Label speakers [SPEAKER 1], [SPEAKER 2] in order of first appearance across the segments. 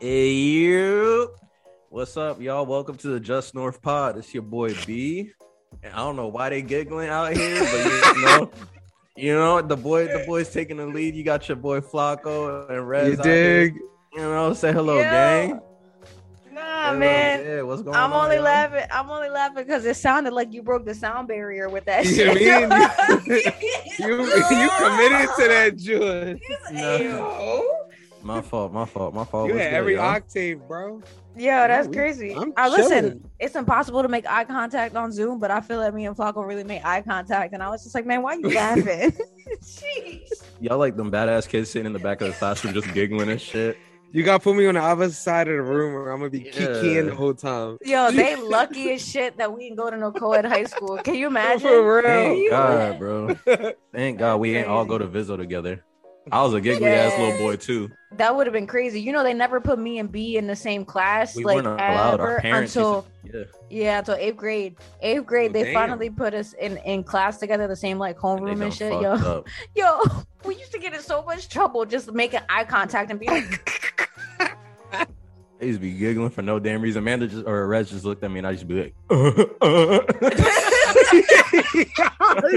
[SPEAKER 1] Hey, you. What's up, y'all? Welcome to the Just North Pod. It's your boy B. And I don't know why they giggling out here, but you know, you know the boy, the boy's taking the lead. You got your boy Flacco and Rez.
[SPEAKER 2] You
[SPEAKER 1] out here.
[SPEAKER 2] dig?
[SPEAKER 1] You know, say hello,
[SPEAKER 3] Yo,
[SPEAKER 1] gang.
[SPEAKER 3] Nah,
[SPEAKER 1] Hello,
[SPEAKER 3] man.
[SPEAKER 1] yeah, what's going
[SPEAKER 3] I'm
[SPEAKER 1] on?
[SPEAKER 3] only
[SPEAKER 1] y'all?
[SPEAKER 3] laughing. I'm only laughing because it sounded like you broke the sound barrier with that
[SPEAKER 2] You
[SPEAKER 3] shit.
[SPEAKER 2] mean? You you committed to that, June.
[SPEAKER 1] No.
[SPEAKER 3] Ew.
[SPEAKER 2] Oh,
[SPEAKER 1] My fault, my fault, my fault.
[SPEAKER 2] you
[SPEAKER 1] What's
[SPEAKER 2] had
[SPEAKER 1] good,
[SPEAKER 2] every
[SPEAKER 1] y'all?
[SPEAKER 2] octave, bro.
[SPEAKER 3] Yo, that's
[SPEAKER 2] we-
[SPEAKER 3] crazy.
[SPEAKER 2] I'm
[SPEAKER 3] I Uh, listen.
[SPEAKER 2] chilling.
[SPEAKER 3] It's impossible to make eye contact on Zoom, but I feel like me and Flacco really made eye contact, and I was just like, man, why you laughing? Jeez.
[SPEAKER 1] Y'all like them badass kids sitting in the back of the classroom just giggling and shit.
[SPEAKER 2] You gotta put me on the other side of the room, or I'm gonna be
[SPEAKER 1] Yeah.
[SPEAKER 2] kikiing the whole time.
[SPEAKER 3] Yo, they lucky as shit that we didn't go to no co-ed high school. Can you imagine?
[SPEAKER 2] For real.
[SPEAKER 1] Thank God, bro. Thank God we ain't all go to
[SPEAKER 3] Crazy.
[SPEAKER 1] Vizzo together. I was a giggly ass little
[SPEAKER 3] Yes.
[SPEAKER 1] boy too.
[SPEAKER 3] That would have been crazy. You know, they never put me and B in the same class,
[SPEAKER 1] We
[SPEAKER 3] like
[SPEAKER 1] weren't allowed.
[SPEAKER 3] ever
[SPEAKER 1] Our parents
[SPEAKER 3] until.
[SPEAKER 1] used to, yeah.
[SPEAKER 3] Yeah, until eighth grade. Eighth grade,
[SPEAKER 2] Oh,
[SPEAKER 3] they
[SPEAKER 2] damn.
[SPEAKER 3] finally put us in in class together, the same like
[SPEAKER 1] and they
[SPEAKER 3] homeroom
[SPEAKER 1] done
[SPEAKER 3] and shit.
[SPEAKER 1] fucked
[SPEAKER 3] Yo,
[SPEAKER 1] up.
[SPEAKER 3] yo, we used to get in so much trouble just making eye contact and being like,
[SPEAKER 1] They used to be giggling for no damn reason. Amanda just or Reg just looked at me and I just be like,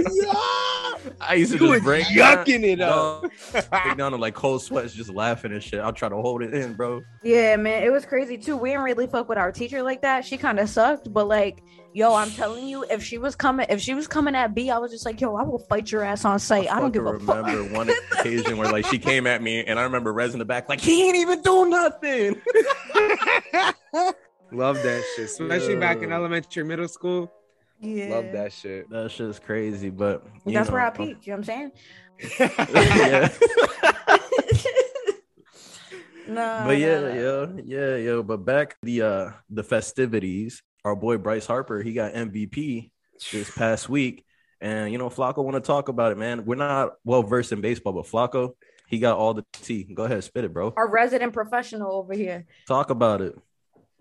[SPEAKER 1] I used to
[SPEAKER 2] You was
[SPEAKER 1] just break
[SPEAKER 2] yucking it up.
[SPEAKER 1] down, break down to like cold sweats, just laughing and shit. I'll try to hold it in, bro.
[SPEAKER 3] "Yeah, man, it was crazy too. We didn't really fuck with our teacher like that. She kind of sucked, but like, yo, I'm telling you, if she was coming, if she was coming at B, I was just like, yo, I will fight your ass on site. I don't give
[SPEAKER 1] fucking
[SPEAKER 3] a fuck.
[SPEAKER 1] remember one occasion where like she came at me and I remember Rez in the back like he ain't even do nothing.
[SPEAKER 2] Love that shit, especially back in
[SPEAKER 1] Yeah.
[SPEAKER 2] elementary, middle school.
[SPEAKER 3] Yeah,
[SPEAKER 2] Love that shit.
[SPEAKER 1] That shit's crazy, but you
[SPEAKER 3] That's
[SPEAKER 1] know,
[SPEAKER 3] where I peaked. You know what I'm
[SPEAKER 1] yeah.
[SPEAKER 3] saying? no,
[SPEAKER 1] but
[SPEAKER 3] no, no.
[SPEAKER 1] yeah, yeah, yeah, yo. But back the uh the festivities. Our boy Bryce Harper, he got MVP this past week, and you know Flacco want to talk about it, man. We're not well versed in baseball, but Flacco, he got all the tea. Go ahead, spit it, bro.
[SPEAKER 3] our resident professional over here.
[SPEAKER 1] Talk about it.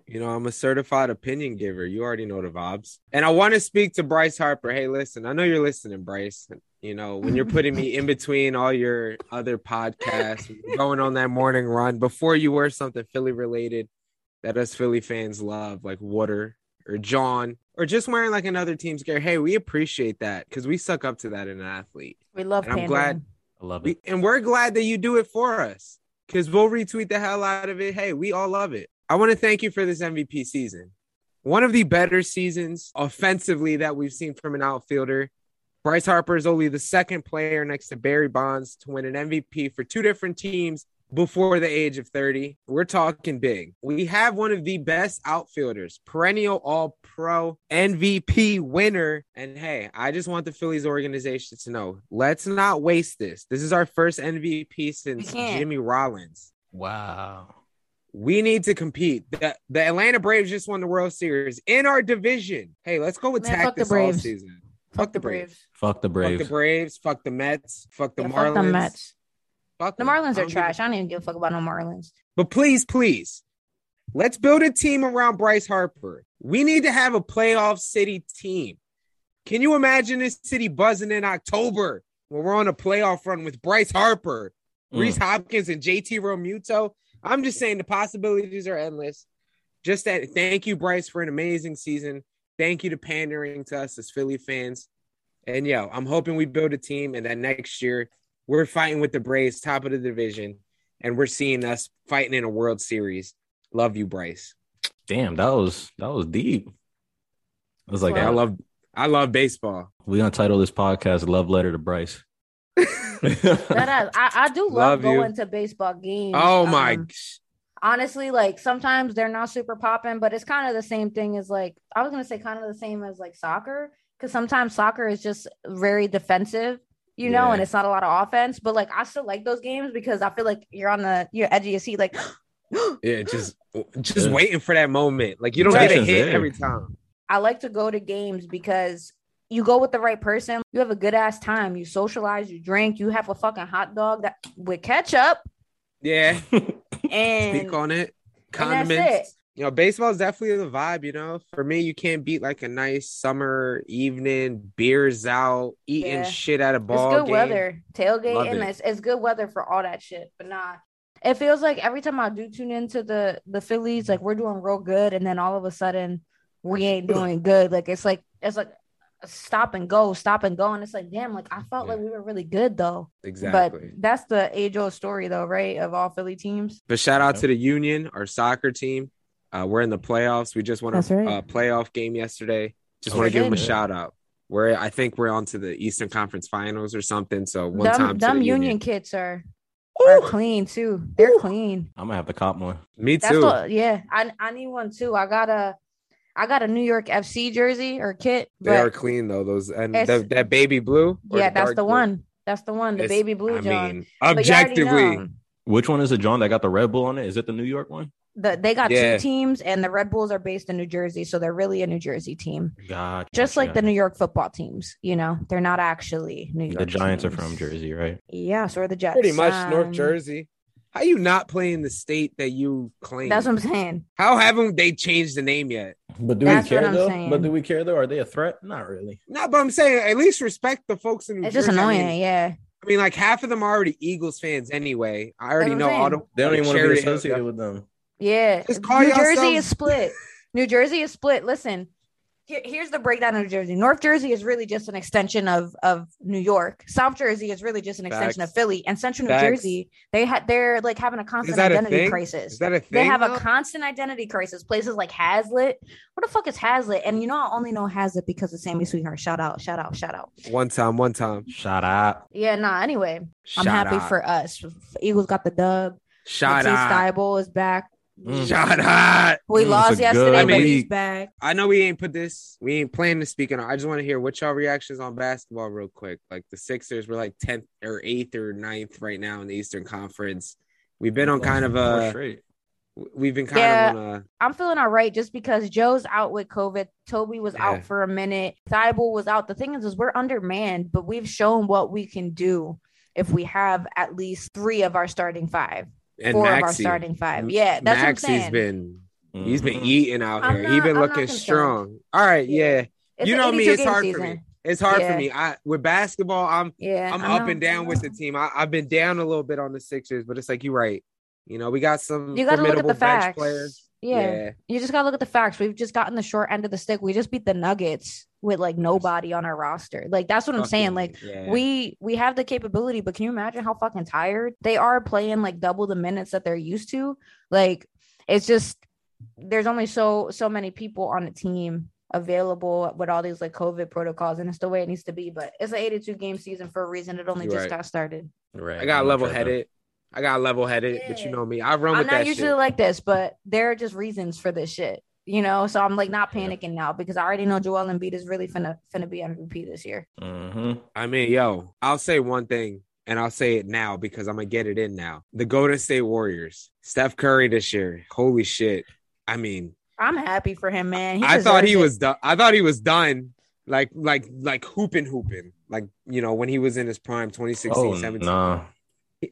[SPEAKER 2] You know, I'm a certified opinion giver. You already know the vibes. And I want to speak to Bryce Harper. Hey, listen, I know you're listening, Bryce. You know, when you're putting me in between all your other podcasts, going on that morning run before you were something Philly related that us Philly fans love, like water or John, or just wearing like another team's gear. Hey, we appreciate that because we suck up to that in an athlete.
[SPEAKER 3] We love
[SPEAKER 2] And I'm
[SPEAKER 3] pandering.
[SPEAKER 2] glad-
[SPEAKER 1] I love
[SPEAKER 2] We,
[SPEAKER 1] it.
[SPEAKER 2] and we're glad that you do it for us because we'll retweet the hell out of it. Hey, we all love it. I want to thank you for this MVP season. One of the better seasons offensively that we've seen from an outfielder. Bryce Harper is only the second player next to Barry Bonds to win an MVP for two different teams before the age of 30. We're talking big. We have one of the best outfielders, perennial all pro MVP winner. And hey, I just want the Phillies organization to know let's not waste this. This is our first MVP since
[SPEAKER 3] can't.
[SPEAKER 2] Jimmy Rollins.
[SPEAKER 1] Wow.
[SPEAKER 2] We need to compete. The, the Atlanta Braves just won the World Series in our division. Hey, let's go
[SPEAKER 3] Man,
[SPEAKER 2] attack
[SPEAKER 3] fuck the
[SPEAKER 2] this all
[SPEAKER 3] Braves.
[SPEAKER 2] season.
[SPEAKER 3] fuck the Braves.
[SPEAKER 1] Fuck the Braves.
[SPEAKER 2] Fuck the Braves. Fuck the Mets. Fuck the
[SPEAKER 3] Yeah,
[SPEAKER 2] Marlins.
[SPEAKER 3] fuck the Mets.
[SPEAKER 2] Fuck
[SPEAKER 3] The
[SPEAKER 2] them.
[SPEAKER 3] Marlins
[SPEAKER 2] I
[SPEAKER 3] are
[SPEAKER 2] don't give a
[SPEAKER 3] trash. I don't even give a fuck about no Marlins.
[SPEAKER 2] But please, please, let's build a team around Bryce Harper. We need to have a playoff city team. Can you imagine this city buzzing in October when we're on a playoff run with Bryce Harper,
[SPEAKER 1] Mm.
[SPEAKER 2] Reese Hopkins, and JT Romuto? I'm just saying the possibilities are endless. Just that, thank you, Bryce, for an amazing season. Thank you to pandering to us as Philly fans. And yo, I'm hoping we build a team and that next year we're fighting with the Braves, top of the division, and we're seeing us fighting in a World Series. Love you, Bryce.
[SPEAKER 1] Damn, that was that was deep. I was like,
[SPEAKER 3] Wow.
[SPEAKER 2] I
[SPEAKER 1] I love.
[SPEAKER 2] love I love baseball.
[SPEAKER 1] We gonna title this podcast "Love Letter to Bryce."
[SPEAKER 3] That ass. I, I do
[SPEAKER 2] Love
[SPEAKER 3] love,
[SPEAKER 2] you.
[SPEAKER 3] going to baseball games.
[SPEAKER 2] Oh my
[SPEAKER 3] Um, honestly, like sometimes they're not super popping, but it's kind of the same thing as like I was gonna say kind of the same as like soccer, because sometimes soccer is just very defensive, you know,
[SPEAKER 1] Yeah.
[SPEAKER 3] and it's not a lot of offense. But like I still like those games because I feel like you're on the you're edge of your seat, like
[SPEAKER 2] yeah, just just
[SPEAKER 1] Yeah.
[SPEAKER 2] waiting for that moment. Like you don't get a
[SPEAKER 1] Protection's
[SPEAKER 2] hit
[SPEAKER 1] there.
[SPEAKER 2] every time.
[SPEAKER 3] I like to go to games because you go with the right person, you have a good ass time, you socialize, you drink, you have a fucking hot dog that with ketchup
[SPEAKER 2] Yeah,
[SPEAKER 3] and,
[SPEAKER 2] speak on it.
[SPEAKER 3] and that's
[SPEAKER 2] Condiments.
[SPEAKER 3] it.
[SPEAKER 2] you know, baseball is definitely the vibe. You know, for me, you can't beat like a nice summer evening, beers out, eating
[SPEAKER 3] Yeah.
[SPEAKER 2] shit at a ball
[SPEAKER 3] it's good
[SPEAKER 2] game.
[SPEAKER 3] weather,
[SPEAKER 1] Love
[SPEAKER 3] tailgate, and
[SPEAKER 1] it.
[SPEAKER 3] it's, it's good weather for all that shit. But nah, it feels like every time I do tune into the the Phillies, like we're doing real good, and then all of a sudden we ain't doing good. Like it's like it's like a stop and go, stop and go, and it's like damn, like I felt
[SPEAKER 2] Yeah.
[SPEAKER 3] like we were really good though.
[SPEAKER 2] Exactly.
[SPEAKER 3] But that's the age old story though, right? Of all Philly teams.
[SPEAKER 2] But shout out
[SPEAKER 1] Yep.
[SPEAKER 2] to the Union, our soccer team. Uh, we're in the playoffs. We just won a
[SPEAKER 3] That's right.
[SPEAKER 2] uh, playoff game yesterday. Just
[SPEAKER 1] Oh,
[SPEAKER 2] want to
[SPEAKER 3] we
[SPEAKER 2] give them a
[SPEAKER 3] did.
[SPEAKER 2] shout out. We're I think we're on to the Eastern Conference Finals or something. So one
[SPEAKER 3] Dumb,
[SPEAKER 2] time to
[SPEAKER 3] dumb
[SPEAKER 2] the
[SPEAKER 3] union.
[SPEAKER 2] Union.
[SPEAKER 3] kits are are clean too. They're clean.
[SPEAKER 1] I'm gonna have to cop one.
[SPEAKER 2] Me
[SPEAKER 3] That's
[SPEAKER 2] too.
[SPEAKER 3] the yeah. I I need one too. I got a I got a New York FC jersey or kit.
[SPEAKER 2] they
[SPEAKER 3] but-
[SPEAKER 2] are clean though. Those and
[SPEAKER 3] It's-
[SPEAKER 2] that- that baby blue. or
[SPEAKER 3] Yeah, that's
[SPEAKER 2] dark
[SPEAKER 3] the
[SPEAKER 2] blue?
[SPEAKER 3] one. That's the one. The
[SPEAKER 2] It's-
[SPEAKER 3] baby blue
[SPEAKER 2] I
[SPEAKER 3] John.
[SPEAKER 2] mean,
[SPEAKER 3] But you already
[SPEAKER 2] objectively,
[SPEAKER 3] know.
[SPEAKER 1] Which one is it, John? That got the Red Bull on it? Is it the New York one?
[SPEAKER 3] The, they got
[SPEAKER 2] Yeah.
[SPEAKER 3] two teams, and the Red Bulls are based in New Jersey, so they're really a New Jersey team,
[SPEAKER 1] God,
[SPEAKER 3] just like the New York football teams. You know, they're not actually New York.
[SPEAKER 1] the Giants are
[SPEAKER 3] teams.
[SPEAKER 1] from Jersey, right?
[SPEAKER 3] Yes, or the Jets.
[SPEAKER 2] pretty much North
[SPEAKER 3] Um,
[SPEAKER 2] Jersey. How you not playing the state that you claim?
[SPEAKER 3] That's what I'm saying.
[SPEAKER 2] How haven't they changed the name yet?
[SPEAKER 1] But do
[SPEAKER 3] That's what
[SPEAKER 1] we care
[SPEAKER 3] I'm
[SPEAKER 1] though?
[SPEAKER 3] saying.
[SPEAKER 1] But do we care though? Are they a threat? Not really.
[SPEAKER 2] No, but I'm saying at least respect the folks in New
[SPEAKER 3] It's
[SPEAKER 2] Jersey.
[SPEAKER 3] just annoying.
[SPEAKER 2] I mean,
[SPEAKER 3] yeah,
[SPEAKER 2] I mean, like half of them are already Eagles fans anyway. I already
[SPEAKER 3] what
[SPEAKER 2] know
[SPEAKER 3] I'm
[SPEAKER 2] all
[SPEAKER 3] saying.
[SPEAKER 2] the
[SPEAKER 1] They don't even want to be
[SPEAKER 2] Cherry-
[SPEAKER 1] associated with them.
[SPEAKER 3] yeah.
[SPEAKER 2] Just call
[SPEAKER 3] New Jersey
[SPEAKER 2] yourselves-
[SPEAKER 3] is split. New Jersey is split. Listen, here, here's the breakdown of New Jersey. North Jersey is really just an extension of of New York. South Jersey is really just an extension
[SPEAKER 2] Facts.
[SPEAKER 3] of Philly, and Central New
[SPEAKER 2] Facts.
[SPEAKER 3] Jersey they had they're like having a constant
[SPEAKER 2] that a
[SPEAKER 3] identity
[SPEAKER 2] thing?
[SPEAKER 3] crisis.
[SPEAKER 2] Is that a thing?
[SPEAKER 3] They have
[SPEAKER 2] though?
[SPEAKER 3] a constant identity crisis. Places like Hazlitt. What the fuck is Hazlitt? And you know, I only know Hazlitt because of Sammy Sweetheart. Shout out, shout out, shout out.
[SPEAKER 2] one time, one time.
[SPEAKER 1] Shut up.
[SPEAKER 3] Yeah, nah, anyway,
[SPEAKER 2] Shout
[SPEAKER 3] I'm happy
[SPEAKER 2] out.
[SPEAKER 3] for us. Eagles got the dub.
[SPEAKER 2] shout
[SPEAKER 3] Matisse
[SPEAKER 2] out.
[SPEAKER 3] Thybulle is back.
[SPEAKER 1] Mm.
[SPEAKER 2] Shout out.
[SPEAKER 3] We
[SPEAKER 1] Mm, it's
[SPEAKER 3] lost
[SPEAKER 1] a
[SPEAKER 3] yesterday,
[SPEAKER 2] good
[SPEAKER 3] but he's
[SPEAKER 1] week.
[SPEAKER 3] back.
[SPEAKER 2] I know we ain't put this. We ain't planning to speak on. it. I just want to hear what y'all reactions on basketball real quick. Like the Sixers were like tenth or eighth or 9th right now in the Eastern Conference. We've been on kind of
[SPEAKER 1] Four
[SPEAKER 2] a.
[SPEAKER 1] straight.
[SPEAKER 2] We've been kind
[SPEAKER 3] Yeah.
[SPEAKER 2] of on
[SPEAKER 3] I'm feeling all right just because Joe's out with COVID. Toby was
[SPEAKER 2] Yeah.
[SPEAKER 3] out for a minute. Thibault was out. The thing is, is we're undermanned, but we've shown what we can do if we have at least three of our starting five,
[SPEAKER 2] a and
[SPEAKER 3] four of our
[SPEAKER 2] Maxi.
[SPEAKER 3] starting five. Yeah, that's
[SPEAKER 2] Maxie's
[SPEAKER 3] what I'm saying.
[SPEAKER 2] been he's been
[SPEAKER 1] Mhm.
[SPEAKER 2] eating out
[SPEAKER 3] I'm
[SPEAKER 2] here.
[SPEAKER 3] not-
[SPEAKER 2] He's
[SPEAKER 3] I'm
[SPEAKER 2] been
[SPEAKER 3] not
[SPEAKER 2] looking
[SPEAKER 3] concerned.
[SPEAKER 2] strong. All right,
[SPEAKER 3] Yeah.
[SPEAKER 2] yeah.
[SPEAKER 3] It's
[SPEAKER 2] you
[SPEAKER 3] an
[SPEAKER 2] know me,
[SPEAKER 3] 82
[SPEAKER 2] it's
[SPEAKER 3] game
[SPEAKER 2] hard for me. It's hard
[SPEAKER 3] Yeah.
[SPEAKER 2] for me. I with basketball, I'm
[SPEAKER 3] Yeah,
[SPEAKER 2] I'm
[SPEAKER 3] I
[SPEAKER 2] up
[SPEAKER 3] know,
[SPEAKER 2] and
[SPEAKER 3] I
[SPEAKER 2] down with the
[SPEAKER 3] know.
[SPEAKER 2] team. I, I've been down a little bit on the Sixers, but it's like you're right. You know, we got some
[SPEAKER 3] You got to look at
[SPEAKER 2] formidable
[SPEAKER 3] the
[SPEAKER 2] bench
[SPEAKER 3] facts.
[SPEAKER 2] players.
[SPEAKER 3] Yeah. you just got to look at the facts. We've just gotten the short end of the stick. We just beat the Nuggets with like nobody on our roster. Like that's what I'm saying. Like
[SPEAKER 2] Fucking- yeah.
[SPEAKER 3] we we have the capability but can you imagine how fucking tired they are playing like double the minutes that they're used to like it's just there's only so so many people on the team available with all these like covid protocols and it's the way it needs to be but it's an 82 game season for a reason it only
[SPEAKER 2] You're
[SPEAKER 3] just
[SPEAKER 2] right.
[SPEAKER 3] got started
[SPEAKER 1] Right.
[SPEAKER 2] I got
[SPEAKER 1] I'm not
[SPEAKER 2] level
[SPEAKER 1] tripping.
[SPEAKER 2] headed. I got level headed, but you
[SPEAKER 3] Yeah.
[SPEAKER 2] know me. I run
[SPEAKER 3] i'm
[SPEAKER 2] with
[SPEAKER 3] not
[SPEAKER 2] that
[SPEAKER 3] usually
[SPEAKER 2] shit.
[SPEAKER 3] like this but there are just reasons for this shit you know so i'm like not
[SPEAKER 1] Yeah.
[SPEAKER 3] panicking now because i already know joel Embiid is really finna finna be mvp this year
[SPEAKER 1] Mhm.
[SPEAKER 2] I mean, yo, I'll say one thing and I'll say it now because I'm gonna get it in now. The Golden State Warriors, Steph Curry this year. Holy shit. I mean,
[SPEAKER 3] i'm happy for him man He
[SPEAKER 2] I thought
[SPEAKER 3] deserves
[SPEAKER 2] he
[SPEAKER 3] it.
[SPEAKER 2] was done. I thought he was done. Like like like hooping hooping. Like, you know, when he was in his prime 2016,
[SPEAKER 1] Oh
[SPEAKER 2] 17.
[SPEAKER 1] nah.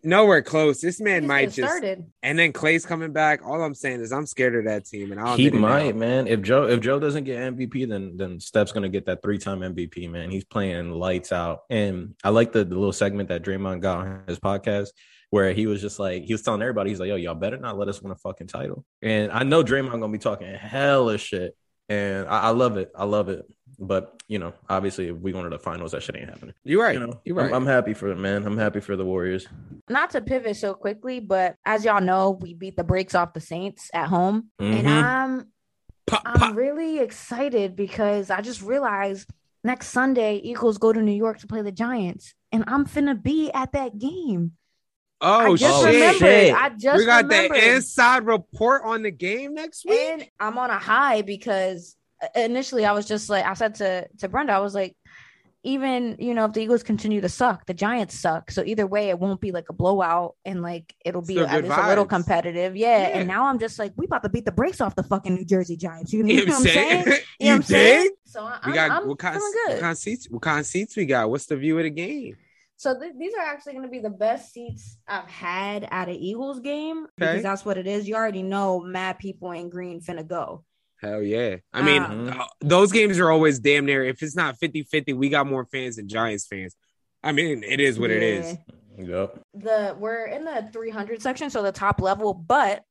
[SPEAKER 2] Nowhere close. This
[SPEAKER 3] He
[SPEAKER 2] man
[SPEAKER 3] just
[SPEAKER 2] might
[SPEAKER 3] getting
[SPEAKER 2] just
[SPEAKER 3] started
[SPEAKER 2] and then Clay's coming back. All I'm saying is I'm scared of that team and I'll
[SPEAKER 1] He
[SPEAKER 2] admit it now.
[SPEAKER 1] might, man. If Joe if Joe doesn't get MVP, then then Steph's gonna get that three time MVP, man. He's playing lights out. And I like the, the little segment that Draymond got on his podcast where he was just like he was telling everybody, he's like, Yo, y'all better not let us win a fucking title. And I know Draymond gonna be talking hella shit. And I, I love it. I love it. But you know, obviously if we go to the finals, that shit ain't happening.
[SPEAKER 2] You're right.
[SPEAKER 1] You know,
[SPEAKER 2] You're right.
[SPEAKER 1] I'm, I'm happy for it, man. I'm happy for the Warriors.
[SPEAKER 3] not to pivot so quickly, but as y'all know, we beat the brakes off the Saints at home.
[SPEAKER 2] Mm-hmm.
[SPEAKER 3] And
[SPEAKER 1] Mhm.
[SPEAKER 3] I'm
[SPEAKER 2] Pop, pop.
[SPEAKER 3] I'm really excited because I just realized next Sunday Eagles go to New York to play the Giants. And I'm finna be at that game.
[SPEAKER 2] Oh
[SPEAKER 3] I just
[SPEAKER 1] shit.
[SPEAKER 3] remembered.
[SPEAKER 1] Shit.
[SPEAKER 3] I just
[SPEAKER 2] we got
[SPEAKER 3] remembered.
[SPEAKER 2] the inside report on the game next week.
[SPEAKER 3] and I'm on a high because uh, initially I was just like I said to to Brenda, I was like, even you know if the Eagles continue to suck, the Giants suck. So either way, it won't be like a blowout, and like it'll be
[SPEAKER 2] Still
[SPEAKER 3] at
[SPEAKER 2] good
[SPEAKER 3] least a little
[SPEAKER 2] vibes.
[SPEAKER 3] competitive. Yeah.
[SPEAKER 2] Yeah.
[SPEAKER 3] And now I'm just like, we about to beat the brakes off the fucking New Jersey Giants. You know,
[SPEAKER 2] You know
[SPEAKER 3] what I'm saying? You know what I'm
[SPEAKER 2] dig?
[SPEAKER 3] saying? So I,
[SPEAKER 2] We
[SPEAKER 3] I'm,
[SPEAKER 2] got
[SPEAKER 3] I'm
[SPEAKER 2] what kind,
[SPEAKER 3] feeling
[SPEAKER 2] what
[SPEAKER 3] good.
[SPEAKER 2] kind of seats? What kind of seats we got? What's the view of the game?
[SPEAKER 3] So th- these are actually going to be the best seats I've had at an Eagles game
[SPEAKER 2] Okay.
[SPEAKER 3] because that's what it is. You already know mad people in green finna go.
[SPEAKER 2] Hell yeah. I mean,
[SPEAKER 1] Um,
[SPEAKER 3] Uh-huh.
[SPEAKER 2] uh, those games are always damn near. If it's not 50 50, we got more fans than Giants fans. I mean, it is what it is.
[SPEAKER 3] Yeah.
[SPEAKER 1] Yep.
[SPEAKER 3] The we're in the 300 section, so the top level, but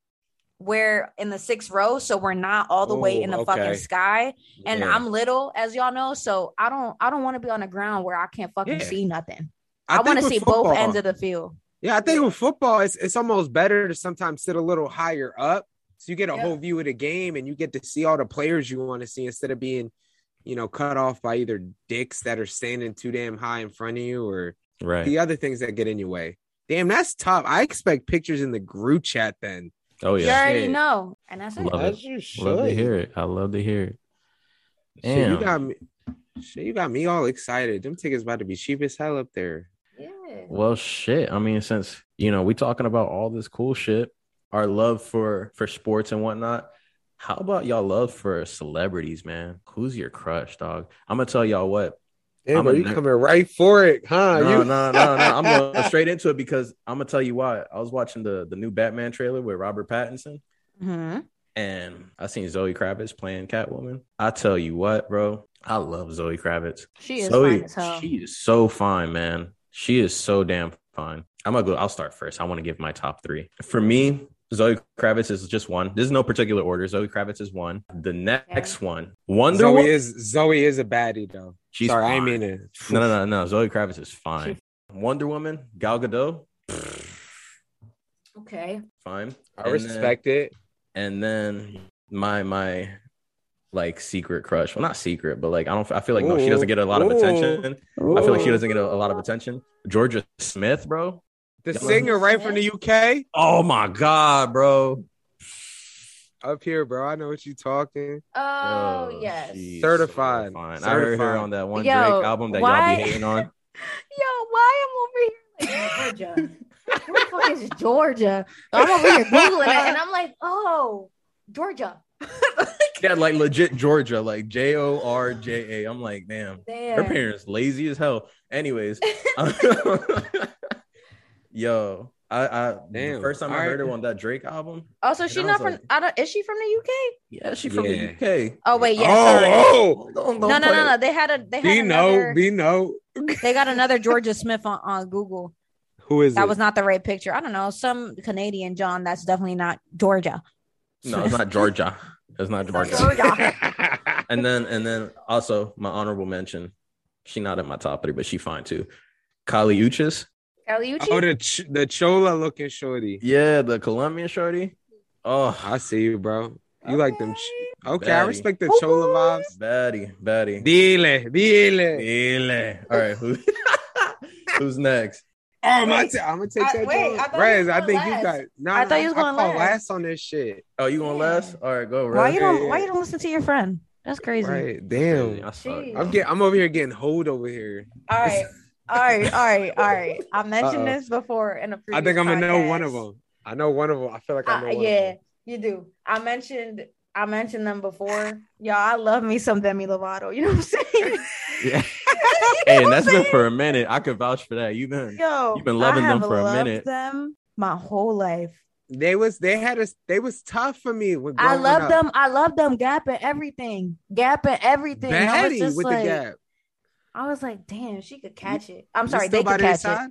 [SPEAKER 3] we're in the sixth row, so we're not all the way
[SPEAKER 2] Ooh,
[SPEAKER 3] in the
[SPEAKER 2] okay.
[SPEAKER 3] fucking sky. And
[SPEAKER 2] Yeah.
[SPEAKER 3] I'm little, as y'all know, so I don't I don't want to be on the ground where I can't fucking
[SPEAKER 2] Yeah.
[SPEAKER 3] see nothing.
[SPEAKER 2] I
[SPEAKER 3] I, want to
[SPEAKER 2] think with
[SPEAKER 3] see
[SPEAKER 2] football-
[SPEAKER 3] both ends of the field.
[SPEAKER 2] Yeah, I think with football, it's, it's almost better to sometimes sit a little higher up so you get a
[SPEAKER 3] Yeah.
[SPEAKER 2] whole view of the game and you get to see all the players you want to see instead of being, you know, cut off by either dicks that are standing too damn high in front of you or
[SPEAKER 1] Right.
[SPEAKER 2] the other things that get in your way. Damn, that's tough. I expect pictures in the group chat then.
[SPEAKER 1] Oh
[SPEAKER 3] You
[SPEAKER 1] yeah.
[SPEAKER 3] already
[SPEAKER 2] Shit.
[SPEAKER 3] know, and that's it.
[SPEAKER 1] Love it.
[SPEAKER 2] you
[SPEAKER 1] Love to
[SPEAKER 2] should.
[SPEAKER 1] hear it. I love to hear it.
[SPEAKER 2] Shit, you
[SPEAKER 1] Damn.
[SPEAKER 2] got me. Shit, you got me all excited. Them tickets about to be cheap as hell up there.
[SPEAKER 3] Yeah.
[SPEAKER 1] Well, shit. I mean, since you know we talking about all this cool shit, our love for for sports and whatnot. How about y'all love for celebrities, man? Who's your crush, dog? I'm gonna tell y'all what.
[SPEAKER 4] Damn,
[SPEAKER 1] I'm
[SPEAKER 4] are
[SPEAKER 1] a
[SPEAKER 4] you
[SPEAKER 1] ner-
[SPEAKER 4] coming right for it, huh?
[SPEAKER 1] No,
[SPEAKER 4] you...
[SPEAKER 1] no, no, no. I'm going straight into it because I'm gonna tell you why. I was watching the the new Batman trailer with Robert Pattinson,
[SPEAKER 3] hmm
[SPEAKER 1] and I seen Zoe Kravitz playing Catwoman. I tell you what, bro, I love Zoe Kravitz.
[SPEAKER 3] She is
[SPEAKER 1] Zoe-
[SPEAKER 3] fine as hell.
[SPEAKER 1] e she is so fine, man. She is so damn fine. I'm gonna go. I'll start first. I want to give my top three. For me, Zoe Kravitz is just one. There's no particular order. Zoe Kravitz is one. The next one, Wonder
[SPEAKER 2] Zoe
[SPEAKER 1] Woman.
[SPEAKER 2] is Zoe is a baddie though.
[SPEAKER 1] She's
[SPEAKER 2] Sorry, I
[SPEAKER 1] fine.
[SPEAKER 2] mean it.
[SPEAKER 1] No, no, no, no. Zoe Kravitz is fine. Wonder Woman, Gal Gadot,
[SPEAKER 3] Okay.
[SPEAKER 1] fine.
[SPEAKER 2] I
[SPEAKER 1] And
[SPEAKER 2] respect it.
[SPEAKER 1] Then, and then my my like secret crush. Well, not secret, but like I don't. I feel like no, she doesn't get a lot of
[SPEAKER 2] Ooh.
[SPEAKER 1] attention. I feel like she
[SPEAKER 2] Ooh.
[SPEAKER 1] doesn't get a, a lot of attention. Georgia Smith, bro.
[SPEAKER 2] The
[SPEAKER 1] Yeah.
[SPEAKER 2] singer right from the UK
[SPEAKER 1] Oh my god, bro.
[SPEAKER 2] up here, bro. I know what you talking.
[SPEAKER 3] Oh, yes.
[SPEAKER 1] she's
[SPEAKER 2] Certified.
[SPEAKER 1] so fine. I heard her
[SPEAKER 2] Certified.
[SPEAKER 1] on that one
[SPEAKER 3] Yo,
[SPEAKER 1] Drake album that
[SPEAKER 3] why-
[SPEAKER 1] y'all be hating on.
[SPEAKER 3] Yo, why I'm over here like Georgia? Where the fuck is Georgia? I'm over here googling it, and I'm like, oh, Georgia.
[SPEAKER 1] Yeah, like legit Georgia, like J O R J A. I'm like, damn. Her
[SPEAKER 3] Damn.
[SPEAKER 1] parents lazy as hell. Anyways, yo, I, I the
[SPEAKER 2] Damn.
[SPEAKER 1] first time I
[SPEAKER 2] Alright.
[SPEAKER 1] heard her on that Drake album.
[SPEAKER 3] Also, she
[SPEAKER 1] And I
[SPEAKER 3] not
[SPEAKER 1] was
[SPEAKER 3] from.
[SPEAKER 1] like-
[SPEAKER 3] I don't. Is she from the UK?
[SPEAKER 1] Yeah, she from
[SPEAKER 2] Yeah.
[SPEAKER 1] the UK.
[SPEAKER 3] Oh wait, yeah. sorry.
[SPEAKER 2] oh,
[SPEAKER 1] Don't- don't
[SPEAKER 3] no, no,
[SPEAKER 1] play
[SPEAKER 3] no,
[SPEAKER 1] it.
[SPEAKER 3] no. They had a. They
[SPEAKER 2] oh,
[SPEAKER 3] had
[SPEAKER 2] Bino,
[SPEAKER 3] another.
[SPEAKER 2] Bino.
[SPEAKER 3] They got another Georgia Smith on, on Google.
[SPEAKER 2] Who is
[SPEAKER 3] That
[SPEAKER 2] it?
[SPEAKER 3] was not the right picture. I don't know. Some Canadian John. That's definitely not Georgia.
[SPEAKER 1] No, it's not Georgia. It's not
[SPEAKER 3] not
[SPEAKER 1] Georgia. and then and then also my honorable mention. She not at my top three, but she fine too. Kylie Uchis.
[SPEAKER 3] Caliucci?
[SPEAKER 2] oh, the ch- the Chola looking shorty.
[SPEAKER 1] Yeah, the Colombian shorty. Oh,
[SPEAKER 2] I see you, bro. You like them? Ch- okay, I
[SPEAKER 1] Baddie.
[SPEAKER 2] respect the
[SPEAKER 3] Ooh.
[SPEAKER 2] Chola vibes.
[SPEAKER 1] baddie, baddie.
[SPEAKER 2] Dile, dile.
[SPEAKER 1] Dile. All right, who, who's next?
[SPEAKER 2] Oh, my
[SPEAKER 3] Wait.
[SPEAKER 2] t- I'm gonna take
[SPEAKER 3] I-
[SPEAKER 2] that.
[SPEAKER 3] wait,
[SPEAKER 2] down.
[SPEAKER 3] I thought you
[SPEAKER 2] Rez,
[SPEAKER 3] was
[SPEAKER 2] I
[SPEAKER 3] going
[SPEAKER 2] think you
[SPEAKER 3] last.
[SPEAKER 2] got. No,
[SPEAKER 3] I
[SPEAKER 2] no,
[SPEAKER 3] thought you was
[SPEAKER 2] I
[SPEAKER 3] going
[SPEAKER 2] call
[SPEAKER 3] last.
[SPEAKER 2] last on this shit.
[SPEAKER 1] Oh, you going
[SPEAKER 3] Yeah.
[SPEAKER 1] last? All right, go.
[SPEAKER 3] why
[SPEAKER 1] Red.
[SPEAKER 3] you don't?
[SPEAKER 2] yeah.
[SPEAKER 3] Why you don't listen to your friend? That's crazy.
[SPEAKER 2] Right, damn.
[SPEAKER 1] I suck.
[SPEAKER 3] Jeez.
[SPEAKER 2] I'm get. I'm over here getting hold over here.
[SPEAKER 3] All right. All right, all right, all right. I mentioned
[SPEAKER 2] Uh-oh.
[SPEAKER 3] this before in a previous
[SPEAKER 2] I think I'm gonna know one
[SPEAKER 3] podcast.
[SPEAKER 2] of them. I know one of them. I feel like I know
[SPEAKER 3] I,
[SPEAKER 2] one.
[SPEAKER 3] yeah, you do. I mentioned I mentioned them before. Y'all, I love me some Demi Lovato. You know what I'm saying?
[SPEAKER 1] Yeah.
[SPEAKER 3] You know
[SPEAKER 1] Hey,
[SPEAKER 3] what I'm
[SPEAKER 1] and that's been
[SPEAKER 3] saying?
[SPEAKER 1] for a minute. I could vouch for that. You've been
[SPEAKER 3] Yo,
[SPEAKER 1] you've been loving
[SPEAKER 3] I
[SPEAKER 1] them
[SPEAKER 3] have
[SPEAKER 1] for a
[SPEAKER 3] loved
[SPEAKER 1] minute.
[SPEAKER 3] Them my whole life.
[SPEAKER 2] Of them. They was. They had us. They was tough for me. With
[SPEAKER 3] I
[SPEAKER 2] growing
[SPEAKER 3] love
[SPEAKER 2] up.
[SPEAKER 3] them. I love them. Gap and everything. Gap and everything. I was
[SPEAKER 2] Batty
[SPEAKER 3] just
[SPEAKER 2] with
[SPEAKER 3] like,
[SPEAKER 2] the gap.
[SPEAKER 3] I was like, damn, she could catch it. I'm
[SPEAKER 2] You
[SPEAKER 3] sorry,
[SPEAKER 2] still
[SPEAKER 3] they
[SPEAKER 2] by
[SPEAKER 3] could
[SPEAKER 2] their
[SPEAKER 3] catch it.
[SPEAKER 2] side?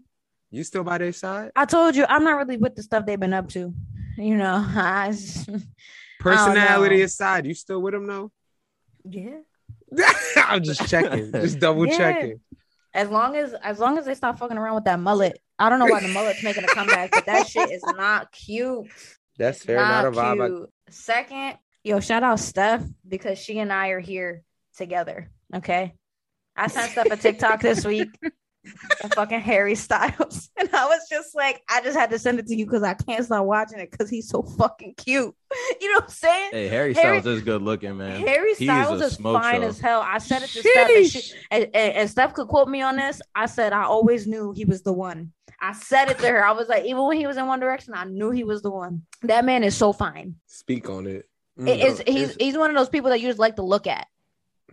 [SPEAKER 2] You still by their side?
[SPEAKER 3] I told you, I'm not really with the stuff they've been up to. You know, I,
[SPEAKER 2] Personality
[SPEAKER 3] know.
[SPEAKER 2] aside, you still with them though?
[SPEAKER 3] yeah.
[SPEAKER 2] I'm just checking. Just double
[SPEAKER 3] Yeah.
[SPEAKER 2] checking.
[SPEAKER 3] As long as as long as they stop fucking around with that mullet. I don't know why the mullet's making a comeback, but that shit is not cute.
[SPEAKER 2] That's
[SPEAKER 3] It's
[SPEAKER 2] fair. Not,
[SPEAKER 3] Not,
[SPEAKER 2] a vibe. I-
[SPEAKER 3] cute. Second, yo, shout out Steph because she and I are here together. Okay. I sent Steph a TikTok this week. of fucking Harry Styles. And I was just like, I just had to send it to you because I can't stop watching it because he's so fucking cute. You know what I'm saying?
[SPEAKER 1] Hey, Harry
[SPEAKER 3] Harry-
[SPEAKER 1] Styles is good looking, man.
[SPEAKER 3] Harry
[SPEAKER 1] He is
[SPEAKER 3] Styles
[SPEAKER 1] a
[SPEAKER 3] is,
[SPEAKER 1] smoke
[SPEAKER 3] fine
[SPEAKER 1] show.
[SPEAKER 3] as hell. I said it to Steph, and, she-
[SPEAKER 2] Sheesh.
[SPEAKER 3] and, and- and Steph could quote me on this. I said I always knew he was the one. I said it to her. I was like, even when he was in One Direction, I knew he was the one. That man is so fine.
[SPEAKER 2] Speak on it. Mm.
[SPEAKER 3] It- it's,
[SPEAKER 1] no,
[SPEAKER 3] he's
[SPEAKER 1] it's-
[SPEAKER 3] he's one of those people that you just like to look at.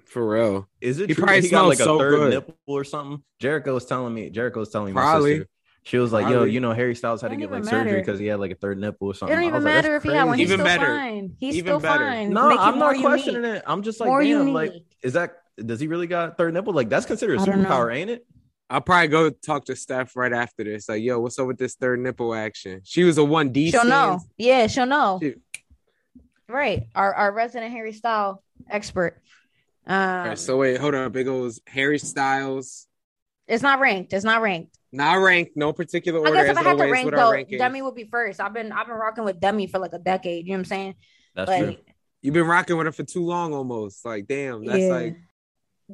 [SPEAKER 2] for real.
[SPEAKER 1] Is it
[SPEAKER 2] He
[SPEAKER 1] true
[SPEAKER 2] probably
[SPEAKER 1] that he got like a
[SPEAKER 2] smells so
[SPEAKER 1] third
[SPEAKER 2] good.
[SPEAKER 1] nipple or something? Jericho was telling me. Jericho was telling me.
[SPEAKER 2] Probably.
[SPEAKER 1] My sister, she was like, "Yo,
[SPEAKER 2] Probably.
[SPEAKER 1] you know Harry Styles had to
[SPEAKER 3] Don't
[SPEAKER 1] get like
[SPEAKER 3] even
[SPEAKER 1] surgery
[SPEAKER 3] matter.
[SPEAKER 1] because he had like a third nipple or
[SPEAKER 3] It
[SPEAKER 1] something."
[SPEAKER 3] don't
[SPEAKER 1] I
[SPEAKER 3] even
[SPEAKER 1] was like,
[SPEAKER 3] matter
[SPEAKER 1] "That's
[SPEAKER 3] if he got one. He's
[SPEAKER 1] crazy."
[SPEAKER 2] Even
[SPEAKER 3] still
[SPEAKER 2] better.
[SPEAKER 3] fine. He's
[SPEAKER 2] Even
[SPEAKER 3] still
[SPEAKER 2] better.
[SPEAKER 3] fine.
[SPEAKER 1] No,
[SPEAKER 3] Make him
[SPEAKER 1] I'm
[SPEAKER 3] more
[SPEAKER 1] not
[SPEAKER 3] unique.
[SPEAKER 1] questioning it. I'm just like,
[SPEAKER 3] More
[SPEAKER 1] damn,
[SPEAKER 3] unique.
[SPEAKER 1] like, is that does he really got third nipple? Like, that's considered a
[SPEAKER 3] I don't know.
[SPEAKER 1] superpower, ain't it?
[SPEAKER 2] I'll probably go talk to Steph right after this. Like, yo, what's up with this third nipple action? She was a one D.
[SPEAKER 3] she'll know. Yeah, she'll know.
[SPEAKER 2] Shoot.
[SPEAKER 3] Right, our our resident Harry Style expert. Um,
[SPEAKER 2] so wait, hold up. It goes Harry Styles,
[SPEAKER 3] it's not ranked. It's not ranked.
[SPEAKER 2] not ranked, no particular
[SPEAKER 3] I
[SPEAKER 2] order.
[SPEAKER 3] guess if
[SPEAKER 2] as
[SPEAKER 3] I had to
[SPEAKER 2] always
[SPEAKER 3] rank
[SPEAKER 2] with our
[SPEAKER 3] though,
[SPEAKER 2] rankings.
[SPEAKER 3] Demi would be first. I've been I've been rocking with Demi for like a decade. You know what I'm saying?
[SPEAKER 1] That's
[SPEAKER 3] like,
[SPEAKER 1] true.
[SPEAKER 2] You've been rocking with her for too long, almost. Like, damn, that's
[SPEAKER 3] yeah.
[SPEAKER 2] like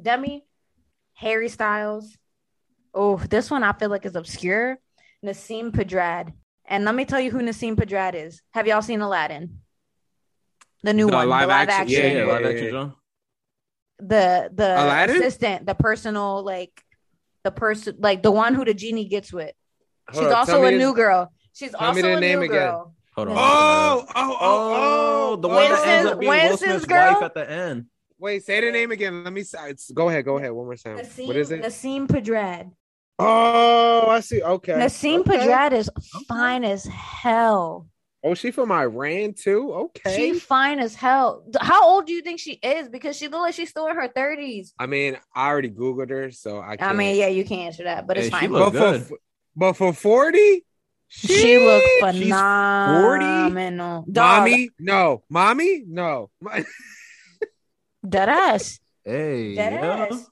[SPEAKER 3] Demi, Harry Styles. Oh, this one I feel like is obscure. Nassim Pedrad. And let me tell you who Nassim Pedrad is. Have y'all seen Aladdin? The new
[SPEAKER 2] The
[SPEAKER 3] one,
[SPEAKER 2] live
[SPEAKER 3] the live
[SPEAKER 2] action-
[SPEAKER 3] action.
[SPEAKER 1] Yeah, yeah,
[SPEAKER 2] yeah,
[SPEAKER 1] like
[SPEAKER 2] yeah,
[SPEAKER 1] that,
[SPEAKER 2] yeah.
[SPEAKER 1] you know?
[SPEAKER 3] The the
[SPEAKER 2] Aladdin?
[SPEAKER 3] assistant, the personal, like the person, like the one who the genie gets with.
[SPEAKER 2] Hold
[SPEAKER 3] She's
[SPEAKER 2] up, tell
[SPEAKER 3] also
[SPEAKER 2] me
[SPEAKER 3] a
[SPEAKER 2] the-
[SPEAKER 3] new girl. She's
[SPEAKER 2] tell me
[SPEAKER 3] also
[SPEAKER 2] the
[SPEAKER 3] a
[SPEAKER 2] name
[SPEAKER 3] new
[SPEAKER 2] again.
[SPEAKER 3] girl.
[SPEAKER 1] Hold on.
[SPEAKER 2] Oh, oh, oh, oh,
[SPEAKER 1] the one that ends
[SPEAKER 3] Winston's-
[SPEAKER 1] up being Will
[SPEAKER 3] Winston's
[SPEAKER 1] Smith's
[SPEAKER 3] girl?
[SPEAKER 1] wife at the end.
[SPEAKER 2] Wait, say the name again. Let me. s- It's, go ahead, go ahead, one more time.
[SPEAKER 3] Nassim,
[SPEAKER 2] What is it?
[SPEAKER 3] Nassim Pedrad.
[SPEAKER 2] Oh, I see. Okay.
[SPEAKER 3] Nassim
[SPEAKER 2] okay.
[SPEAKER 3] Pedrad is fine as hell.
[SPEAKER 2] Oh, she from Iran too. Okay.
[SPEAKER 3] She fine as hell. D- How old do you think she is? Because she look like she's still in her thirties.
[SPEAKER 2] I mean, I already googled her, so I.
[SPEAKER 3] I
[SPEAKER 2] Can't.
[SPEAKER 3] mean, yeah, you can't answer that, but it's
[SPEAKER 1] Hey, she
[SPEAKER 3] fine.
[SPEAKER 1] look-
[SPEAKER 2] but
[SPEAKER 1] good.
[SPEAKER 2] for but for forty,
[SPEAKER 3] she, looked
[SPEAKER 1] she's
[SPEAKER 3] phenomenal. Dog,
[SPEAKER 2] Mommy, no, mommy, no.
[SPEAKER 3] dead ass,
[SPEAKER 1] Hey,
[SPEAKER 3] dead
[SPEAKER 1] yeah.
[SPEAKER 3] ass.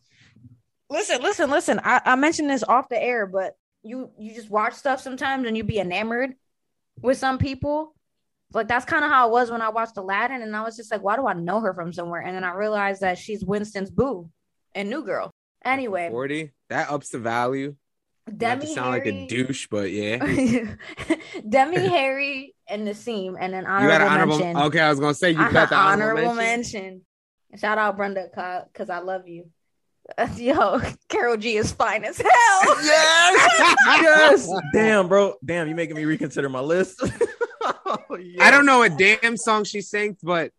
[SPEAKER 3] Listen, listen, listen. I, I mentioned this off the air, but you you just watch stuff sometimes and you be enamored with some people. Like that's kind of how it was when I watched Aladdin, and I was just like, why do I know her from somewhere? And then I realized that she's Winston's boo and New Girl. Anyway,
[SPEAKER 2] forty that ups the value. Not
[SPEAKER 3] Demi
[SPEAKER 2] to sound like a
[SPEAKER 3] Harry-
[SPEAKER 2] douche, but yeah.
[SPEAKER 3] Demi, Harry, and Nassim, and an
[SPEAKER 2] You
[SPEAKER 3] honorable,
[SPEAKER 2] got an honorable. Oh,
[SPEAKER 3] mention.
[SPEAKER 2] Okay, I was gonna say you
[SPEAKER 3] Uh-huh,
[SPEAKER 2] got the honorable,
[SPEAKER 3] honorable
[SPEAKER 2] mention.
[SPEAKER 3] mention. Shout out Brenda Cobb because I love you. Yo, Carol G is fine as hell.
[SPEAKER 2] Yes.
[SPEAKER 1] yes. Damn, bro. Damn, you making me reconsider my list. Oh,
[SPEAKER 2] I don't know what damn song she sang, but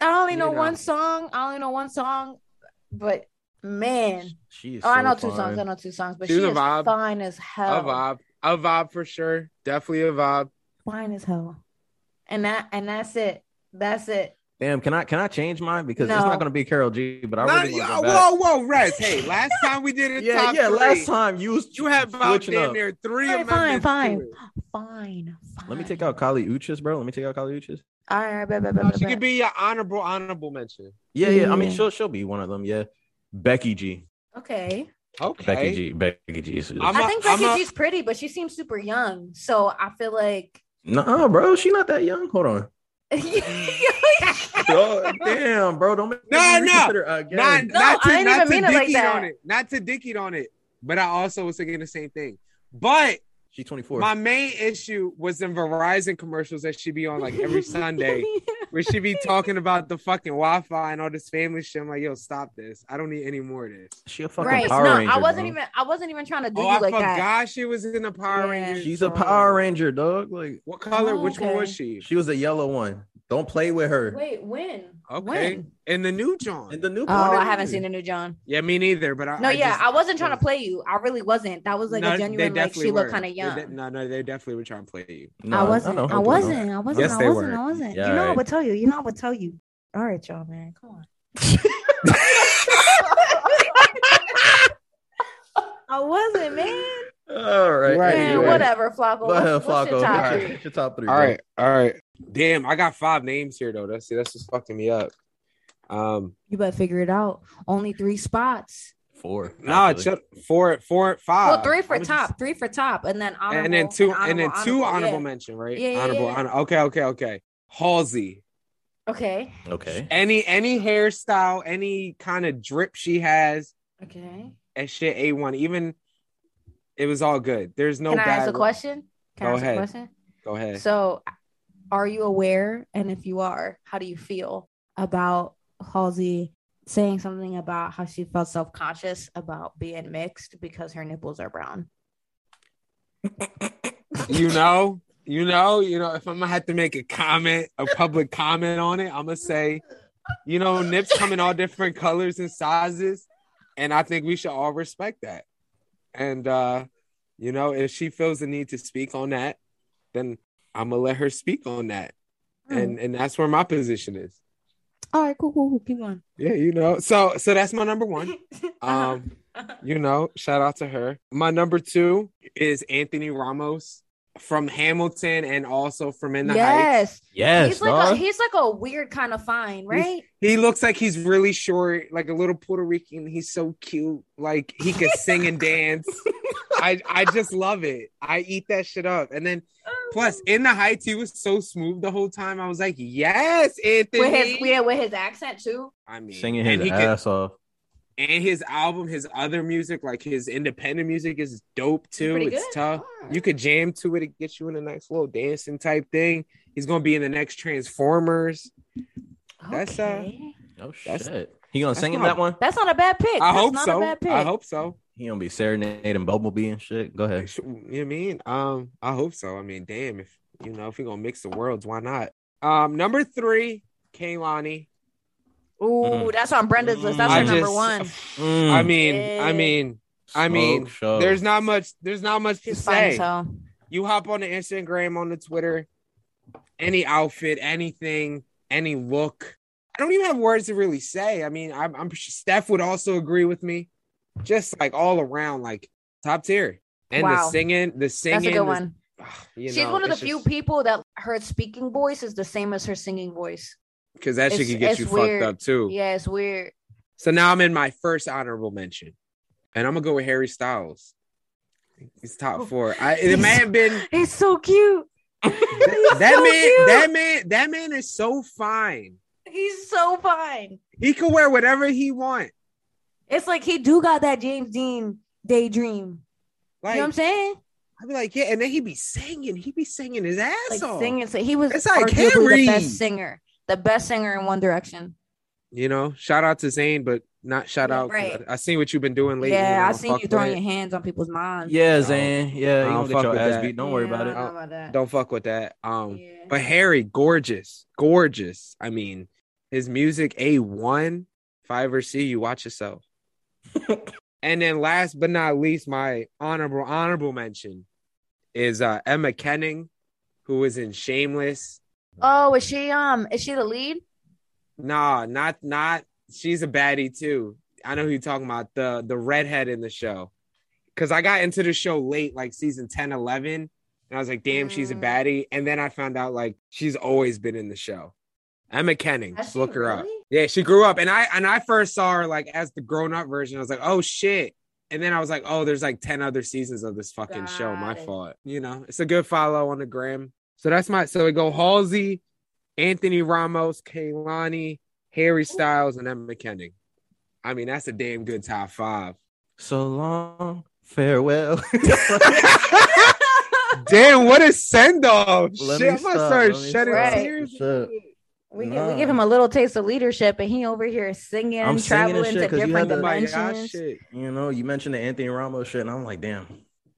[SPEAKER 3] I only know
[SPEAKER 2] You know.
[SPEAKER 3] one song. I only know one song, but man,
[SPEAKER 1] She is
[SPEAKER 3] oh,
[SPEAKER 1] so
[SPEAKER 3] I know two songs.
[SPEAKER 1] fine.
[SPEAKER 3] I know two songs, but
[SPEAKER 2] She's
[SPEAKER 3] she
[SPEAKER 2] a
[SPEAKER 3] is
[SPEAKER 2] vibe.
[SPEAKER 3] fine as
[SPEAKER 2] a
[SPEAKER 3] hell.
[SPEAKER 2] vibe, a vibe for sure, definitely a vibe.
[SPEAKER 3] Fine as hell. And that and that's it. That's it.
[SPEAKER 1] Damn, can I can I change mine because it's
[SPEAKER 3] No.
[SPEAKER 1] not gonna be Carol G, but I
[SPEAKER 2] Nah,
[SPEAKER 1] really want to go
[SPEAKER 2] yo,
[SPEAKER 1] back.
[SPEAKER 2] whoa, whoa, rest. Hey, last time we did it.
[SPEAKER 1] Yeah,
[SPEAKER 2] top
[SPEAKER 1] yeah.
[SPEAKER 2] three,
[SPEAKER 1] Last time you was
[SPEAKER 2] you had about
[SPEAKER 1] switching
[SPEAKER 2] damn
[SPEAKER 1] up.
[SPEAKER 2] near three.
[SPEAKER 3] All right, fine,
[SPEAKER 2] amendments
[SPEAKER 3] fine,
[SPEAKER 2] to it.
[SPEAKER 3] fine, fine.
[SPEAKER 1] Let me take out Kali Uchis, bro. Let me take out Kali Uchis.
[SPEAKER 3] All right, bet, bet, bet,
[SPEAKER 2] No,
[SPEAKER 3] bet,
[SPEAKER 2] she
[SPEAKER 3] bet.
[SPEAKER 2] could be your honorable honorable mention.
[SPEAKER 1] Yeah, yeah. I mean,
[SPEAKER 3] Yeah.
[SPEAKER 1] she'll she'll be one of them. Yeah, Becky G.
[SPEAKER 3] Okay.
[SPEAKER 2] Okay.
[SPEAKER 1] Becky G. Becky G. is-
[SPEAKER 2] I'm
[SPEAKER 3] i
[SPEAKER 2] a-
[SPEAKER 3] think
[SPEAKER 2] I'm
[SPEAKER 3] Becky
[SPEAKER 2] a-
[SPEAKER 3] G's pretty, but she seems super young. So I feel like
[SPEAKER 1] Nah, bro, she not that young. Hold on. Oh, damn, bro, don't make
[SPEAKER 2] No,
[SPEAKER 1] me
[SPEAKER 2] no.
[SPEAKER 1] reconsider again.
[SPEAKER 2] Not,
[SPEAKER 3] No,
[SPEAKER 2] not to,
[SPEAKER 3] I didn't
[SPEAKER 2] not
[SPEAKER 3] even
[SPEAKER 2] to
[SPEAKER 3] mean it like
[SPEAKER 2] dick
[SPEAKER 3] that.
[SPEAKER 2] on it. Not to dick it on it. But I also was thinking the same thing. But
[SPEAKER 1] She's 24.
[SPEAKER 2] my main issue was in Verizon commercials that she be on like every Sunday, where she be talking about the fucking Wi-Fi and all this family shit. I'm like, yo, stop this. I don't need any more of this.
[SPEAKER 1] she a fucking
[SPEAKER 3] right.
[SPEAKER 1] Power
[SPEAKER 3] no,
[SPEAKER 1] Ranger.
[SPEAKER 3] I wasn't
[SPEAKER 1] bro.
[SPEAKER 3] even I wasn't even trying to do
[SPEAKER 2] Oh,
[SPEAKER 3] you
[SPEAKER 2] I
[SPEAKER 3] like
[SPEAKER 2] forgot
[SPEAKER 3] that.
[SPEAKER 2] she was in the Power
[SPEAKER 3] Yeah. Oh,
[SPEAKER 2] Rangers.
[SPEAKER 1] She's a
[SPEAKER 2] song.
[SPEAKER 1] Power Ranger, dog. Like
[SPEAKER 2] What color? Which one was
[SPEAKER 3] Okay.
[SPEAKER 2] she?
[SPEAKER 1] she was a yellow one. Don't play with her.
[SPEAKER 3] Wait, when?
[SPEAKER 2] Okay.
[SPEAKER 3] When?
[SPEAKER 2] In the new John.
[SPEAKER 1] And the new
[SPEAKER 3] Oh, I haven't seen the new John.
[SPEAKER 2] yeah, me neither. But I
[SPEAKER 3] No,
[SPEAKER 2] I
[SPEAKER 3] yeah,
[SPEAKER 2] just-
[SPEAKER 3] I wasn't trying to play you. I really wasn't. That was like
[SPEAKER 2] No,
[SPEAKER 3] a
[SPEAKER 2] they
[SPEAKER 3] genuine like
[SPEAKER 2] definitely
[SPEAKER 3] she looked
[SPEAKER 2] were.
[SPEAKER 3] kind of
[SPEAKER 2] They
[SPEAKER 3] young.
[SPEAKER 2] de- no, no, they definitely were trying to play you.
[SPEAKER 3] I wasn't. I,
[SPEAKER 1] don't think so.
[SPEAKER 3] wasn't. I wasn't.
[SPEAKER 2] Yes,
[SPEAKER 3] I
[SPEAKER 2] they
[SPEAKER 3] wasn't.
[SPEAKER 2] were.
[SPEAKER 3] I wasn't.
[SPEAKER 1] Yeah,
[SPEAKER 3] you know I
[SPEAKER 1] right.
[SPEAKER 3] would tell you. You know I would tell you. All right, y'all, man. Come on. I wasn't, man.
[SPEAKER 1] All right.
[SPEAKER 2] Right,
[SPEAKER 1] anyway.
[SPEAKER 3] Man,
[SPEAKER 2] you're right.
[SPEAKER 3] whatever, Flacco.
[SPEAKER 1] Go ahead,
[SPEAKER 3] What's, what's
[SPEAKER 1] Flacco.
[SPEAKER 3] your top
[SPEAKER 1] Hit
[SPEAKER 3] three?
[SPEAKER 1] your- hit your top three.
[SPEAKER 2] All
[SPEAKER 1] bro.
[SPEAKER 2] right, all right. Damn, I got five names here though. That's that's just fucking me up. Um,
[SPEAKER 3] You better figure it out. Only three spots.
[SPEAKER 1] Four.
[SPEAKER 2] nah,
[SPEAKER 1] actually.
[SPEAKER 2] chill, four, four, five.
[SPEAKER 3] well, three for
[SPEAKER 2] I was
[SPEAKER 3] top, three for top, and then
[SPEAKER 2] just-
[SPEAKER 3] honorable,
[SPEAKER 2] and then two, and, then two honorable,
[SPEAKER 3] yeah.
[SPEAKER 2] mention, right?
[SPEAKER 3] Yeah, yeah,
[SPEAKER 2] honorable,
[SPEAKER 3] yeah.
[SPEAKER 2] honor- okay, okay, okay. Halsey,
[SPEAKER 3] Okay,
[SPEAKER 1] Okay.
[SPEAKER 2] any any hairstyle, any kind of drip she has,
[SPEAKER 3] okay.
[SPEAKER 2] and shit, a one. Even it was all good. There's no
[SPEAKER 3] Can I
[SPEAKER 2] bad.
[SPEAKER 3] ask a question? Can I
[SPEAKER 2] Go
[SPEAKER 3] ask
[SPEAKER 2] ahead.
[SPEAKER 3] a question?
[SPEAKER 2] Go ahead.
[SPEAKER 3] So, are you aware? And if you are, how do you feel about Halsey saying something about how she felt self conscious about being mixed because her nipples are brown?
[SPEAKER 2] you know, you know, you know. If I'm gonna have to make a comment, a public comment on it, I'm gonna say You know, nips come in all different colors and sizes, and I think we should all respect that. And uh, you know, if she feels the need to speak on that, then I'm gonna let her speak on that. And and that's where my position is.
[SPEAKER 3] all right, cool, cool, cool. Keep going.
[SPEAKER 2] Yeah, you know. So so that's my number one.
[SPEAKER 3] Uh-huh.
[SPEAKER 2] Um, you know, shout out to her. My number two is Anthony Ramos from Hamilton and also from In the Heights.
[SPEAKER 3] yes,
[SPEAKER 1] Yes,
[SPEAKER 3] he's like a,
[SPEAKER 1] dog.
[SPEAKER 3] he's like a weird kind of fine, right?
[SPEAKER 2] He looks like he's really short, like a little Puerto Rican. He's so cute. Like he could sing and dance. I I just love it. I eat that shit up. And then plus in the heights, he was so smooth the whole time. I was like, yes, Anthony.
[SPEAKER 3] with his yeah, with his accent too.
[SPEAKER 2] I mean,
[SPEAKER 1] singing
[SPEAKER 2] and
[SPEAKER 1] his
[SPEAKER 2] he could-
[SPEAKER 1] ass off. Oh,
[SPEAKER 2] and his album, his other music, like his independent music, is dope too.
[SPEAKER 3] pretty
[SPEAKER 2] It's
[SPEAKER 3] good.
[SPEAKER 2] tough.
[SPEAKER 3] Alright.
[SPEAKER 2] You could jam to it. It gets you in a nice little dancing type thing. He's gonna be in the next Transformers. That's, uh,
[SPEAKER 3] Okay.
[SPEAKER 1] Oh
[SPEAKER 2] That's-
[SPEAKER 1] shit. He gonna
[SPEAKER 2] that's
[SPEAKER 1] sing in
[SPEAKER 2] not-
[SPEAKER 1] that one?
[SPEAKER 3] That's not a bad pick.
[SPEAKER 2] I
[SPEAKER 3] That's
[SPEAKER 2] hope
[SPEAKER 3] not
[SPEAKER 2] so.
[SPEAKER 3] A bad pick.
[SPEAKER 2] I hope so.
[SPEAKER 1] He gonna be serenading Bumblebee and shit. Go ahead.
[SPEAKER 2] You know what I mean? Um, I hope so. I mean, damn, if you know, if we're gonna mix the worlds, why not? Um, number three, Kaylani.
[SPEAKER 3] Ooh,
[SPEAKER 1] Mm.
[SPEAKER 3] that's on Brenda's list. That's
[SPEAKER 1] I
[SPEAKER 3] her number
[SPEAKER 2] just-
[SPEAKER 3] one.
[SPEAKER 1] Mm.
[SPEAKER 2] I mean, I
[SPEAKER 3] Yeah.
[SPEAKER 2] mean, I
[SPEAKER 1] Smoke
[SPEAKER 2] mean,
[SPEAKER 1] show.
[SPEAKER 2] there's not much, there's not much to
[SPEAKER 3] She's fine
[SPEAKER 2] say.
[SPEAKER 3] as hell.
[SPEAKER 2] you hop on the Instagram, on the Twitter, any outfit, anything, any look. I don't even have words to really say. I mean, I'm, I'm Steph would also agree with me. Just like all around, like top tier. And
[SPEAKER 3] Wow.
[SPEAKER 2] the singing, the
[SPEAKER 3] That's
[SPEAKER 2] singing.
[SPEAKER 3] a good
[SPEAKER 2] the-
[SPEAKER 3] one.
[SPEAKER 2] ugh, you
[SPEAKER 3] She's
[SPEAKER 2] know,
[SPEAKER 3] one of the
[SPEAKER 2] it's
[SPEAKER 3] few
[SPEAKER 2] just-
[SPEAKER 3] people that her speaking voice is the same as her singing voice.
[SPEAKER 2] Cause that shit
[SPEAKER 3] it's-
[SPEAKER 2] could get
[SPEAKER 3] it's
[SPEAKER 2] you
[SPEAKER 3] weird.
[SPEAKER 2] fucked up too.
[SPEAKER 3] Yeah, it's weird.
[SPEAKER 2] So now I'm in my first honorable mention. And I'm gonna go with Harry Styles. He's top four. I, it may have been
[SPEAKER 3] It's Oh. so cute.
[SPEAKER 2] that,
[SPEAKER 3] He's so
[SPEAKER 2] man,
[SPEAKER 3] cute.
[SPEAKER 2] that man, that man is so fine.
[SPEAKER 3] He's so fine.
[SPEAKER 2] He can wear whatever he wants.
[SPEAKER 3] It's like he do got that James Dean daydream.
[SPEAKER 2] Like
[SPEAKER 3] you know what I'm saying?
[SPEAKER 2] I'd be like, yeah, and then he be singing. He be singing his ass
[SPEAKER 3] Like
[SPEAKER 2] off.
[SPEAKER 3] singing. So he was
[SPEAKER 2] It's like
[SPEAKER 3] arguably
[SPEAKER 2] Harry.
[SPEAKER 3] the best singer, the best singer in One Direction.
[SPEAKER 2] You know, shout out to Zayn, but not shout
[SPEAKER 3] Yeah,
[SPEAKER 2] out. 'cause
[SPEAKER 3] right.
[SPEAKER 2] I, I seen what you've been doing lately. and
[SPEAKER 3] yeah,
[SPEAKER 2] I
[SPEAKER 3] I
[SPEAKER 2] don't
[SPEAKER 3] seen
[SPEAKER 2] fuck
[SPEAKER 3] you
[SPEAKER 2] with
[SPEAKER 3] throwing
[SPEAKER 2] it.
[SPEAKER 3] your hands on people's minds.
[SPEAKER 1] yeah,
[SPEAKER 2] No.
[SPEAKER 1] Zan. Yeah, you
[SPEAKER 2] I
[SPEAKER 1] gonna
[SPEAKER 2] don't
[SPEAKER 1] get
[SPEAKER 2] fuck
[SPEAKER 1] your
[SPEAKER 2] with
[SPEAKER 1] ass
[SPEAKER 2] that.
[SPEAKER 1] beat. Don't worry about it.
[SPEAKER 2] Don't fuck with that. Um,
[SPEAKER 3] Yeah.
[SPEAKER 2] but Harry, gorgeous, gorgeous. I mean, his music a one, five or C. You watch yourself. and then last but not least, my honorable honorable mention is uh, Emma Kenning, who is in Shameless.
[SPEAKER 3] Oh, is she um is she the lead?
[SPEAKER 2] Nah, not not. She's a baddie too. I know who you're talking about. The the redhead in the show. Cause I got into the show late, like season 10, 11. And I was like, damn, she's a
[SPEAKER 3] Mm.
[SPEAKER 2] baddie. And then I found out like she's always been in the show. Emma Kenning.
[SPEAKER 3] Has she
[SPEAKER 2] Look her up.
[SPEAKER 3] really?
[SPEAKER 2] Yeah, she grew up. And I and I first saw her like as the grown-up version. I was like, oh shit. And then I was like, oh, there's like 10 other seasons of this fucking show. My
[SPEAKER 3] Got it.
[SPEAKER 2] fault. You know, it's a good follow on the gram. So that's my so we go Halsey, Anthony Ramos, Kaylani, Harry Styles, and Emma McKenning. I mean, that's a damn good top five.
[SPEAKER 1] So long, farewell.
[SPEAKER 2] damn, what a send off.
[SPEAKER 1] Let
[SPEAKER 2] Shit,
[SPEAKER 1] me
[SPEAKER 2] I'm
[SPEAKER 1] stop.
[SPEAKER 2] gonna start
[SPEAKER 1] Let me
[SPEAKER 2] shedding
[SPEAKER 3] stop.
[SPEAKER 2] tears.
[SPEAKER 1] Shit.
[SPEAKER 3] We, gi- we
[SPEAKER 1] Nah.
[SPEAKER 3] give him a little taste of leadership, and he over here singing,
[SPEAKER 1] I'm singing and
[SPEAKER 3] traveling
[SPEAKER 1] shit, 'cause
[SPEAKER 3] to
[SPEAKER 1] you
[SPEAKER 2] Oh
[SPEAKER 1] had
[SPEAKER 3] different
[SPEAKER 1] to-
[SPEAKER 2] my gosh,
[SPEAKER 3] dimensions.
[SPEAKER 2] shit.
[SPEAKER 1] You know, you mentioned the Anthony Ramos shit, and I'm like, damn,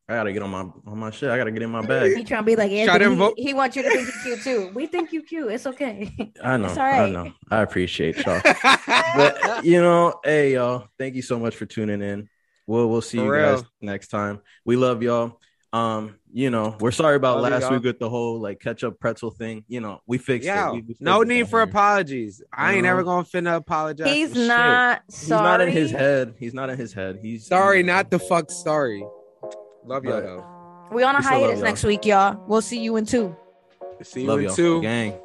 [SPEAKER 1] I gotta get on my on my shit. I gotta get in my
[SPEAKER 3] He
[SPEAKER 1] bag.
[SPEAKER 3] trying to be like
[SPEAKER 2] Shot
[SPEAKER 3] Anthony.
[SPEAKER 2] him vote.
[SPEAKER 3] He, he wants you to think you cute too. We think you cute. It's okay.
[SPEAKER 1] I know,
[SPEAKER 3] It's all
[SPEAKER 1] I
[SPEAKER 3] right.
[SPEAKER 1] know, I appreciate y'all. but you know, hey y'all, thank you so much for tuning in. We'll we'll see
[SPEAKER 2] For
[SPEAKER 1] you
[SPEAKER 2] real.
[SPEAKER 1] guys next time. We love y'all. Um, you know, we're sorry about
[SPEAKER 2] Love you,
[SPEAKER 1] last
[SPEAKER 2] y'all.
[SPEAKER 1] week with the whole like ketchup pretzel thing. You know, we fixed
[SPEAKER 2] Yeah,
[SPEAKER 1] it. We- we
[SPEAKER 2] no
[SPEAKER 1] fixed it
[SPEAKER 2] need for
[SPEAKER 1] out here.
[SPEAKER 2] apologies. I ain't
[SPEAKER 1] No.
[SPEAKER 2] ever gonna finna apologize.
[SPEAKER 3] He's
[SPEAKER 2] for shit.
[SPEAKER 3] not
[SPEAKER 1] He's
[SPEAKER 3] sorry.
[SPEAKER 1] not in his head. He's not in his head. He's
[SPEAKER 2] sorry, not the fuck sorry. Love y'all
[SPEAKER 1] But-
[SPEAKER 2] though.
[SPEAKER 3] We on a
[SPEAKER 1] We still love
[SPEAKER 3] hiatus
[SPEAKER 1] y'all.
[SPEAKER 3] next week, y'all. We'll see you in two.
[SPEAKER 2] See you
[SPEAKER 1] Love
[SPEAKER 2] in
[SPEAKER 1] y'all,
[SPEAKER 2] two.
[SPEAKER 1] gang.